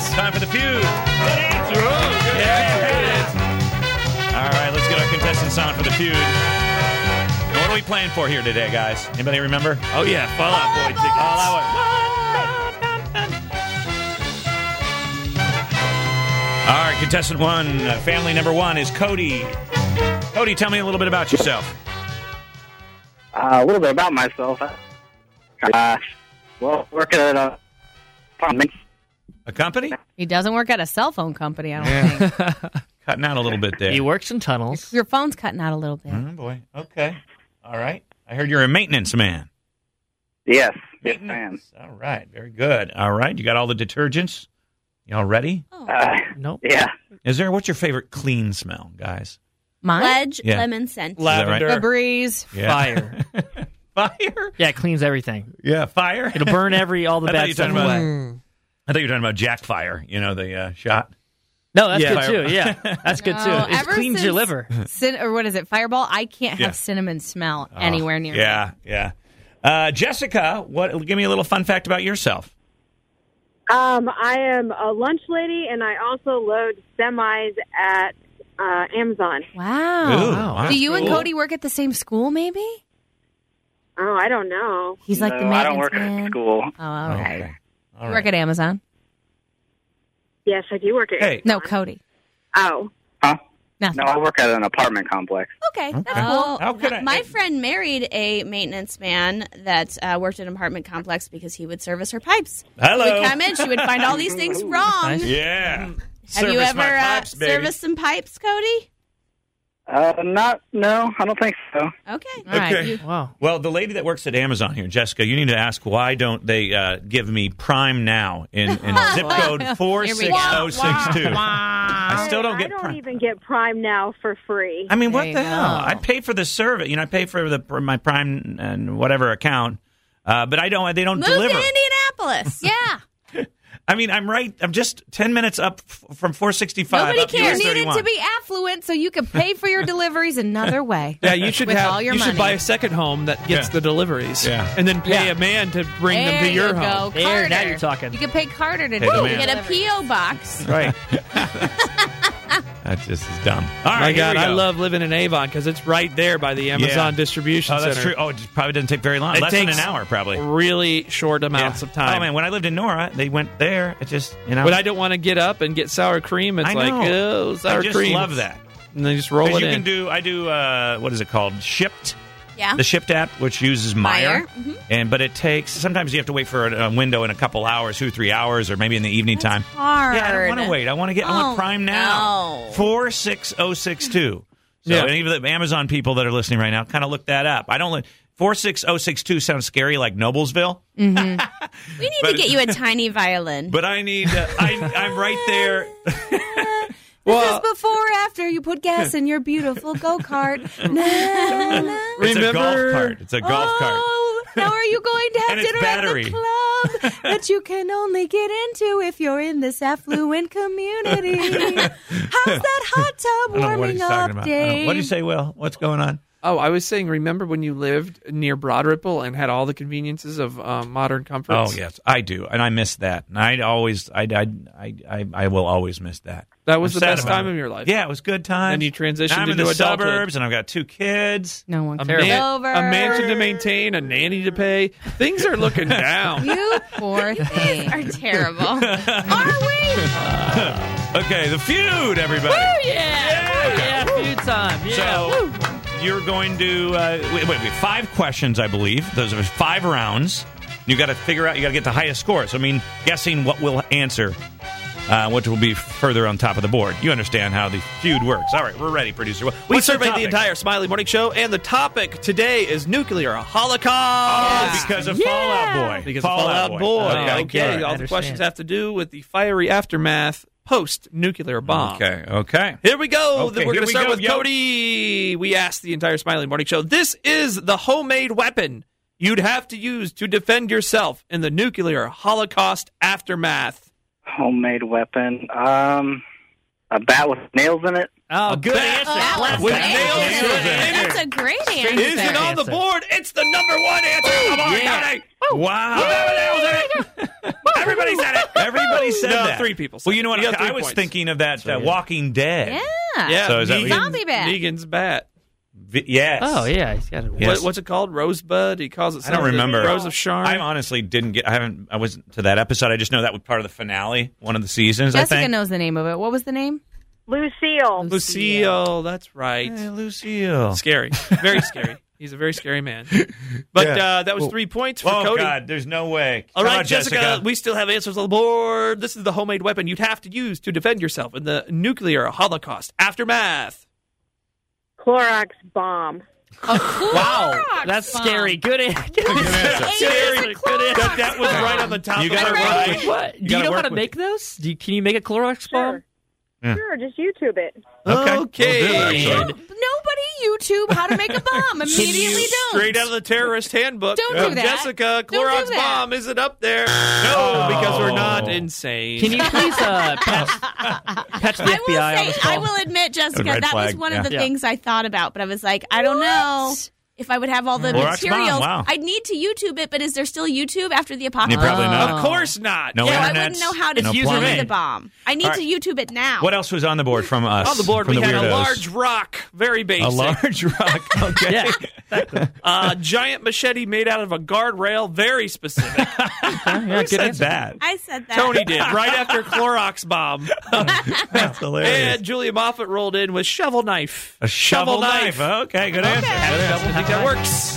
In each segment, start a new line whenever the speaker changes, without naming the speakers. Feud. Good answer. good answer. All right, let's get our contestants on for the feud. And what are we playing for here today, guys? Anybody remember?
Oh yeah, Fall Out Boy tickets.
All I want. All right, contestant one, uh, family number one is Cody. Cody, tell me a little bit about yourself.
Uh, a little bit about myself. Uh, well, working at uh, um, a apartment.
A company?
He doesn't work at a cell phone company, I don't think.
Cutting out a little bit there.
He works in tunnels.
Your phone's cutting out a little bit.
Oh, boy. Okay. All right. I heard you're a maintenance man.
Yes, yes,
Mm-hmm.
I am.
All right. Very good. All right. You got all the detergents? Y'all ready?
Uh,
Nope.
yeah,
Is there, what's your favorite clean smell, guys?
Mine?
Ledge
Yeah.
lemon scent.
that right?
Lavender.
The breeze.
Yeah.
Fire.
Fire?
yeah, it cleans everything.
Yeah, fire.
It'll burn every all the
I thought
bad
you were
stuff
talking about-
away.
Mm.
I thought you were talking about Jack Fire, you know, the uh, shot.
No, that's
Yeah.
good too. Yeah, that's good too.
No,
It
ever
cleans your
since
liver.
Cin- or what is it? Fireball? I can't have
Yeah. Oh,
cinnamon smell anywhere near me.
Yeah, yeah. Uh, Jessica, what? give me a little fun fact about yourself.
Um, I am a lunch lady, and I also load semis at uh, Amazon.
Oh, Wow.
Ooh,
wow.
Do you and
cool.
Cody work at the same school, maybe?
Oh, I don't know.
He's like
no,
the maintenance
I don't work
man.
at a school.
Oh, all
Okay.
right.
All
You
right.
work at Amazon?
Yes, I do work at.
Hey.
No, Cody.
Oh,
Huh?
Nothing.
No, I work at an apartment complex.
Okay, that's
Oh.
cool.
How could I-
My friend married a maintenance man that uh, worked at an apartment complex because he would service her pipes. She
Hello.
would come in, she would find all these things wrong.
Nice.
Yeah.
Have you ever
pipes,
uh,
baby.
serviced some pipes, Cody?
Uh, not, no, I don't think so.
Okay.
All right.
Okay.
You-
Wow.
Well, the lady that works at Amazon here, Jessica, you need to ask why don't they uh, give me Prime now in, in zip code four six zero six two. I still don't get.
I don't
Prime.
even get Prime now for free.
I mean, what
There you
the hell?
go.
I pay for the service. You know, I pay for the for my Prime and whatever account, uh, but I don't. They don't
Move
deliver.
to Indianapolis.
yeah.
I mean, I'm right. I'm just ten minutes up f- from four sixty five.
Nobody
up US
cares. You needed
31.
to be affluent so you could pay for your deliveries another way.
Yeah, you should
With
have.
all your
you should
money.
buy a second home that gets
Yeah.
the deliveries,
Yeah.
and then pay
Yeah.
a man to bring
there
them to your
you Go.
home.
There,
Carter.
now you're talking.
You could pay Carter to
Hey, the
do
man.
Get a
deliveries.
P.O. box.
Right.
That just is dumb. All right,
My
here
God,
we
I
go.
love living in Avon because it's right there by the Amazon distribution
Oh, that's
center.
true. Oh, it just probably doesn't take very long.
It
Less than
takes
an hour, probably.
Really short amounts
Yeah.
of time.
Oh man, when I lived in Nora, they went there. It just you know.
But I don't want to get up and get sour cream. It's
I
like,
know.
oh, sour
I just
cream.
love that.
And then just roll
'Cause
it
you
in.
can do. I do. Uh, what is it called? Shipped.
Yeah.
The Shipped app, which uses Meyer,
Meijer, mhm.
and but it takes. Sometimes you have to wait for a, a window in a couple hours, two, three hours, or maybe in the evening time.
Hard.
Yeah, I don't want to wait. I want to get. I
Oh,
want Prime now.
no.
Four six zero six two. So
Yeah.
and even the Amazon people that are listening right now, kind of look that up. I don't. li- Four six zero six two sounds scary, like Noblesville.
We need
But-
to get you a tiny violin.
But I need. Uh, I, I'm right there.
well,
Just before, after you put gas in your beautiful go kart.
It's a golf
Remember-
cart. It's a golf cart.
Oh, now are you going to have
And it's
dinner
battery.
at the club that you can only get into if you're in this affluent community? How's that hot
I
tub
don't know what
warming
he's talking
up,
about. I don't-
Dave?
What do you say, Will? What's going on?
oh, I was saying, remember when you lived near Broad Ripple and had all the conveniences of um, modern comforts?
Oh yes, I do, and I miss that. And I always, I, I, I, I, I will always miss that.
That was
I'm
the
sad
best
about
time
it.
of your life.
Yeah, it was good time.
Then you transitioned
I'm in
into
the
adulthood.
suburbs, and I've got two kids.
No one
A,
cares.
man-
Over.
a mansion to maintain, a nanny to pay. Things are looking down.
You poor thing.
are terrible. are we?
Okay, the feud, everybody.
yeah. Yeah. Few time. Yeah.
So you're going to uh, wait, wait, wait, five questions, I believe. Those are five rounds. You got to figure out. You got to get the highest score. So I mean, guessing what will answer, uh, which will be further on top of the board. You understand how the feud works. All right, we're ready, producer. We
We surveyed the entire Smiley Morning Show, and the topic today is nuclear holocaust.
because of Fallout Boy.
Because
Fallout
Fallout
Boy.
Boy. Oh,
Okay,
Okay,
okay,
all the
understand.
questions have to do with the fiery aftermath post nuclear bomb.
Okay, okay.
Here we go.
Okay,
We're
here
going
we
to start
go,
with
yo.
Cody. We asked the entire Smiley Morning Show. This is the homemade weapon you'd have to use to defend yourself in the nuclear holocaust aftermath.
Homemade weapon. Um, a bat with nails in it.
Oh,
A
good
bat
answer.
That was
Clap
with
an
back.
nails
answer.
in it.
That's a great answer.
Is it on the
Answer.
board? It's the number one answer. Come on,
Yeah.
Cody.
Wow.
Everybody said it.
Everybody said
No,
that.
three people said
Well, you know
it.
what?
You got
I
three
was
points.
thinking of that uh, Walking Dead.
Yeah.
Yeah,
So is that what you-
Zombie bat.
Negan's bat.
V- yes.
Oh yeah, he's got it.
Yeah. Yes.
What, what's it called? Rosebud. He calls it.
I don't
something.
remember.
Rose of Charm.
I honestly didn't get. I haven't. I wasn't to that episode. I just know that was part of the finale, one of the seasons. I
Jessica
think.
knows the name of it. What was the name?
Lucille.
Lucille. That's right.
Hey, Lucille.
Scary. Very scary. He's a very scary man. But
Yeah.
uh, that was three points for
Oh
Cody.
God, there's no way.
All
Come
right,
on,
Jessica, we still have answers on the board. This is the homemade weapon you'd have to use to defend yourself in the nuclear holocaust aftermath.
Clorox bomb.
Wow,
Clorox
that's
bomb.
scary. Good. an-
It
Scary.
is a Clorox
That, that was
bomb.
right on the top.
You
of
gotta
our
run
mind.
with-
What? Do you
gotta
know how
work
to
with
make those? Do you, can you make a Clorox bomb?
Sure.
Yeah.
Sure, just YouTube it.
Okay.
Okay.
We'll do it,
No, nobody YouTube how to make a bomb. Immediately don't.
Straight out of the terrorist handbook.
Don't do
From
that.
Jessica,
Don't do
Clorox
that.
bomb isn't up there. No, because we're
Oh.
not insane.
Can you please uh, patch, patch the
I will
FBI on
say,
this
I
call?
will admit, Jessica,
red
that was
flag,
one
yeah.
of the
Yeah.
things I thought about, but I was like, I don't know if I would have all the
Clorox Mm. bomb,
materials.
wow.
I'd need to YouTube it, but is there still YouTube after the apocalypse?
probably not.
Of course not.
No
So
internet.
I wouldn't know how to
no
do
plumbing.
the bomb. I need
All
to
right.
YouTube it now.
What else was on the board from us?
On the board,
from
we
the
had
weirdos?
a large rock, very basic.
a large rock. Okay.
Yeah.
uh, giant machete made out of a guardrail, very specific.
yeah,
Who
good
said
answer.
that?
I said that.
Tony did right after Clorox bomb,
That's hilarious.
and Julia Moffat rolled in with shovel knife.
a shovel knife. Okay, good answer. Good
I
answer.
don't think that works.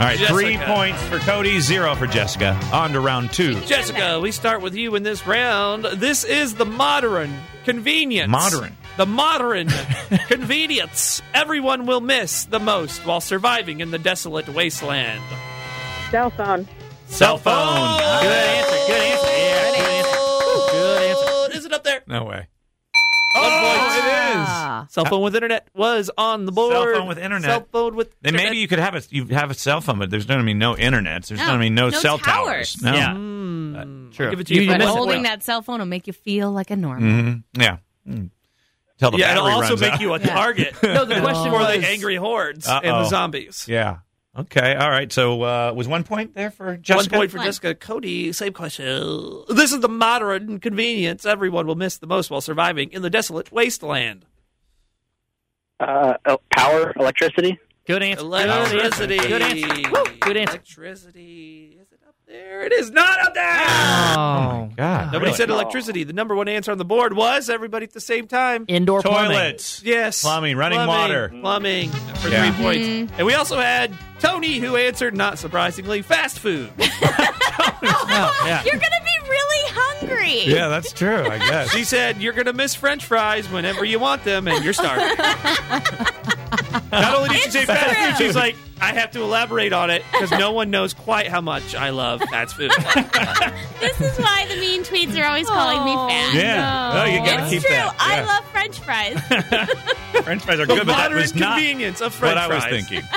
All right, three
Jessica.
points for Cody, zero for Jessica. On to round two.
Jessica, we start with you in this round. This is the modern convenience.
Modern.
The modern convenience everyone will miss the most while surviving in the desolate wasteland.
Cell phone.
Cell Oh, phone.
Good answer. Oh, Good answer. Yeah,
good answer. Good answer.
Is it up there?
No way.
One point.
Oh,
Ah.
Cell phone with internet was on the board.
phone with internet.
Cell phone with
Then
internet.
maybe you could have a you have a cell phone, but there's going to be no internet. There's
No,
going to be no,
no
cell
towers.
No.
Yeah.
I'll
True.
give it to you.
But
for one
holding
point.
that cell phone will make you feel like a normal.
Mhm. Yeah. Mm. Till the
yeah, it'll
battery
also
runs
make
out.
you a target. no, the question for the angry hordes and
Uh-oh.
the zombies.
Yeah. Okay. All right. So uh, was one point there for Jessica?
One point for
One.
Jessica. Cody, same question. This is the moderate inconvenience everyone will miss the most while surviving in the desolate wasteland.
Uh, oh, power, electricity.
Good answer. Good answer.
Electricity.
Good answer. Woo. Good answer.
Electricity. Is it up there? It is not up there.
Oh,
God.
Nobody said electricity. The number one answer on the board was everybody at the same time.
indoor plumbing.
toilets.
Yes.
Plumbing, running
Plumbing.
water.
Plumbing for
Yeah.
three points.
Mm-hmm.
And we also had Tony, who answered, not surprisingly, fast food.
Yeah.
You're going to be really hungry.
Yeah, that's true. I guess.
She said, "You're gonna miss French fries whenever you want them, and you're starving." Not only did she say fast food, she's like, "I have to elaborate on it because no one knows quite how much I love fast food."
This is why the mean tweets are always calling me fat.
yeah.
no.
Oh, you gotta
It's
keep
true.
that.
I
Yeah.
love French fries.
French fries are
The
good, but that
moderate
was not
convenience of French
what I was
fries.
thinking.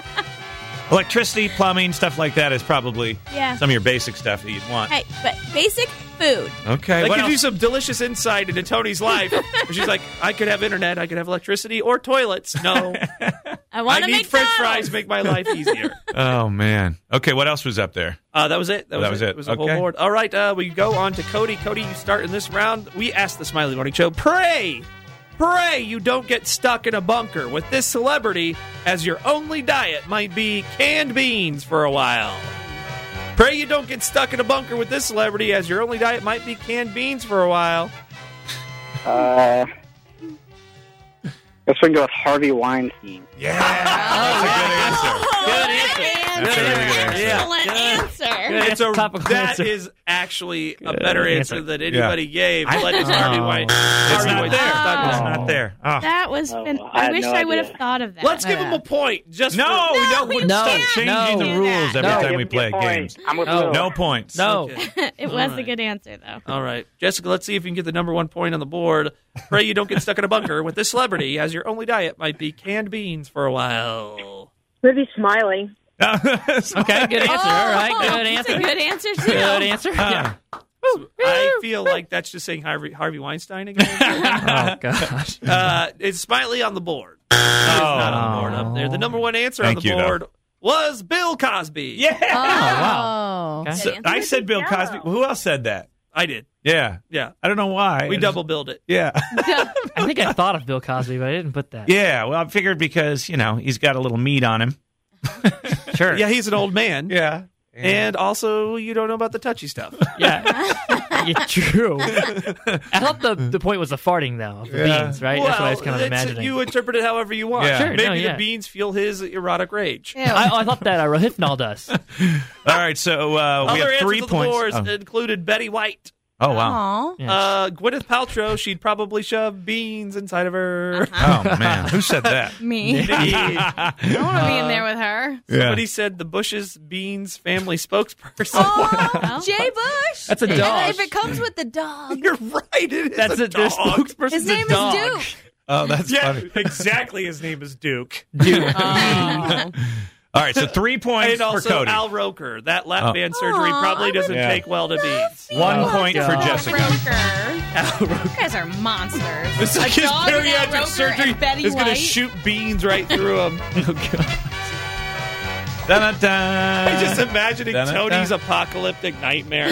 Electricity, plumbing, stuff like that is probably
Yeah.
some of your basic stuff that you'd want.
hey, but basic food.
Okay.
That
what
gives you
else?
some delicious insight into Tony's life. where she's like, "I could have internet, I could have electricity, or toilets. No,
I
I
want to
need
make
French fries. Make my life easier."
oh man. Okay. What else was up there?
Uh, that was it. That was, it. was the
Okay.
whole board. All right, uh, we go on to Cody. Cody, you start in this round. We asked the Smiley Morning Show. Pray, pray you don't get stuck in a bunker with this celebrity, as your only diet might be canned beans for a while. Pray you don't get stuck in a bunker with this celebrity, as your only diet might be canned beans for a while.
Uh, guess we can go with Harvey Weinstein.
Yeah. Oh, That's a good answer.
Oh,
Good answer.
That's a really good answer.
Excellent answer.
It's a,
Topical
that
answer.
is actually a better
answer.
answer than anybody gave. But it's Harvey
Oh.
White.
It's
Harvey
not
Weinstein.
there.
Oh.
It's not there. Oh.
That was.
Oh,
fin-
I
I,
had
wish
no
I would
idea.
have thought of that.
Let's give him a point. Just
No,
for-
no,
we
we
can't
stop
do
changing
that.
the rules every
No.
time
Give
we
me
play
a point.
games.
I'm with
No.
Will.
No points.
No.
Okay.
it was
right.
a good answer though.
All right, Jessica. Let's see if you can get the number one point on the board. Pray you don't get stuck in a bunker with this celebrity, as your only diet might be canned beans for a while.
Libby Smiley.
Okay, good answer. All right, good
Oh, That's a
answer.
good answer too.
Good answer. Yeah.
I feel like that's just saying Harvey, Harvey Weinstein again.
Oh gosh.
uh, it's Smiley on the board. It's not on the board up there. The number one answer
Thank
on the
you, though.
board was Bill Cosby.
Yeah.
Oh, wow.
Oh.
Okay.
So- I said Bill Cosby. Who else said that?
I did.
Yeah.
Yeah.
I don't know why. I
We
just-
double billed it.
Yeah.
I think I thought of Bill Cosby, but I didn't put that.
yeah. Well, I figured because, you know, he's got a little meat on him.
Sure.
Yeah, he's an old man.
Yeah.
And also, you don't know about the touchy stuff.
Yeah. yeah true. I thought the, the point was the farting, though, of the
Yeah.
beans, right? That's what I was kind of
it's-
imagining.
You interpret it however you want.
Yeah. Sure,
Maybe
no,
the
yeah.
beans fuel his erotic rage.
I, I thought that uh, Rohypnol does.
All right. So uh, we have
Other answers
three
to the
points.
doors
Oh.
included Betty White,
Oh, wow.
Aw.
Yeah.
uh, Gwyneth Paltrow. She'd probably shove beans inside of her.
Uh-huh.
Oh, man. Who said that?
Me.
I don't want to be in there with her.
Somebody said the Bush's beans family spokesperson.
Oh, Jay Bush.
That's a
And
dog.
If it comes with the dog,
You're right. It is
That's
a,
it. Their
dog.
spokesperson's
his
a
name
dog.
is Duke.
Oh, that's
Yeah,
funny.
exactly. His name is Duke.
All right. So three points
and
for
also
Cody.
Al Roker. That left
Oh.
band surgery
Aw,
probably
I
doesn't
would
take well to beans.
One
Oh,
point for
God.
Jessica.
Roker. You guys are monsters.
It's like his
dog and Al Roker
bariatric
and
surgery
Betty
is going to
White.
shoot beans right through him.
Dun-dun-dun.
I'm just imagining
Da-da-da.
Tony's apocalyptic nightmare.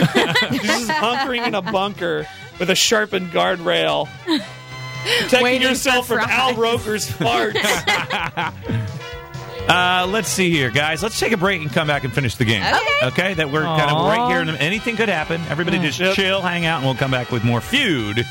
He's just hunkering in a bunker with a sharpened guardrail, protecting
Waiting
yourself
for
from Al
fries.
Roker's farts.
Uh, let's see here, guys. Let's take a break and come back and finish the game.
Okay.
that we're kind of
Aw.
Hmm. right here. and Anything could happen. Everybody just chill, hang out, and we'll come back with more feud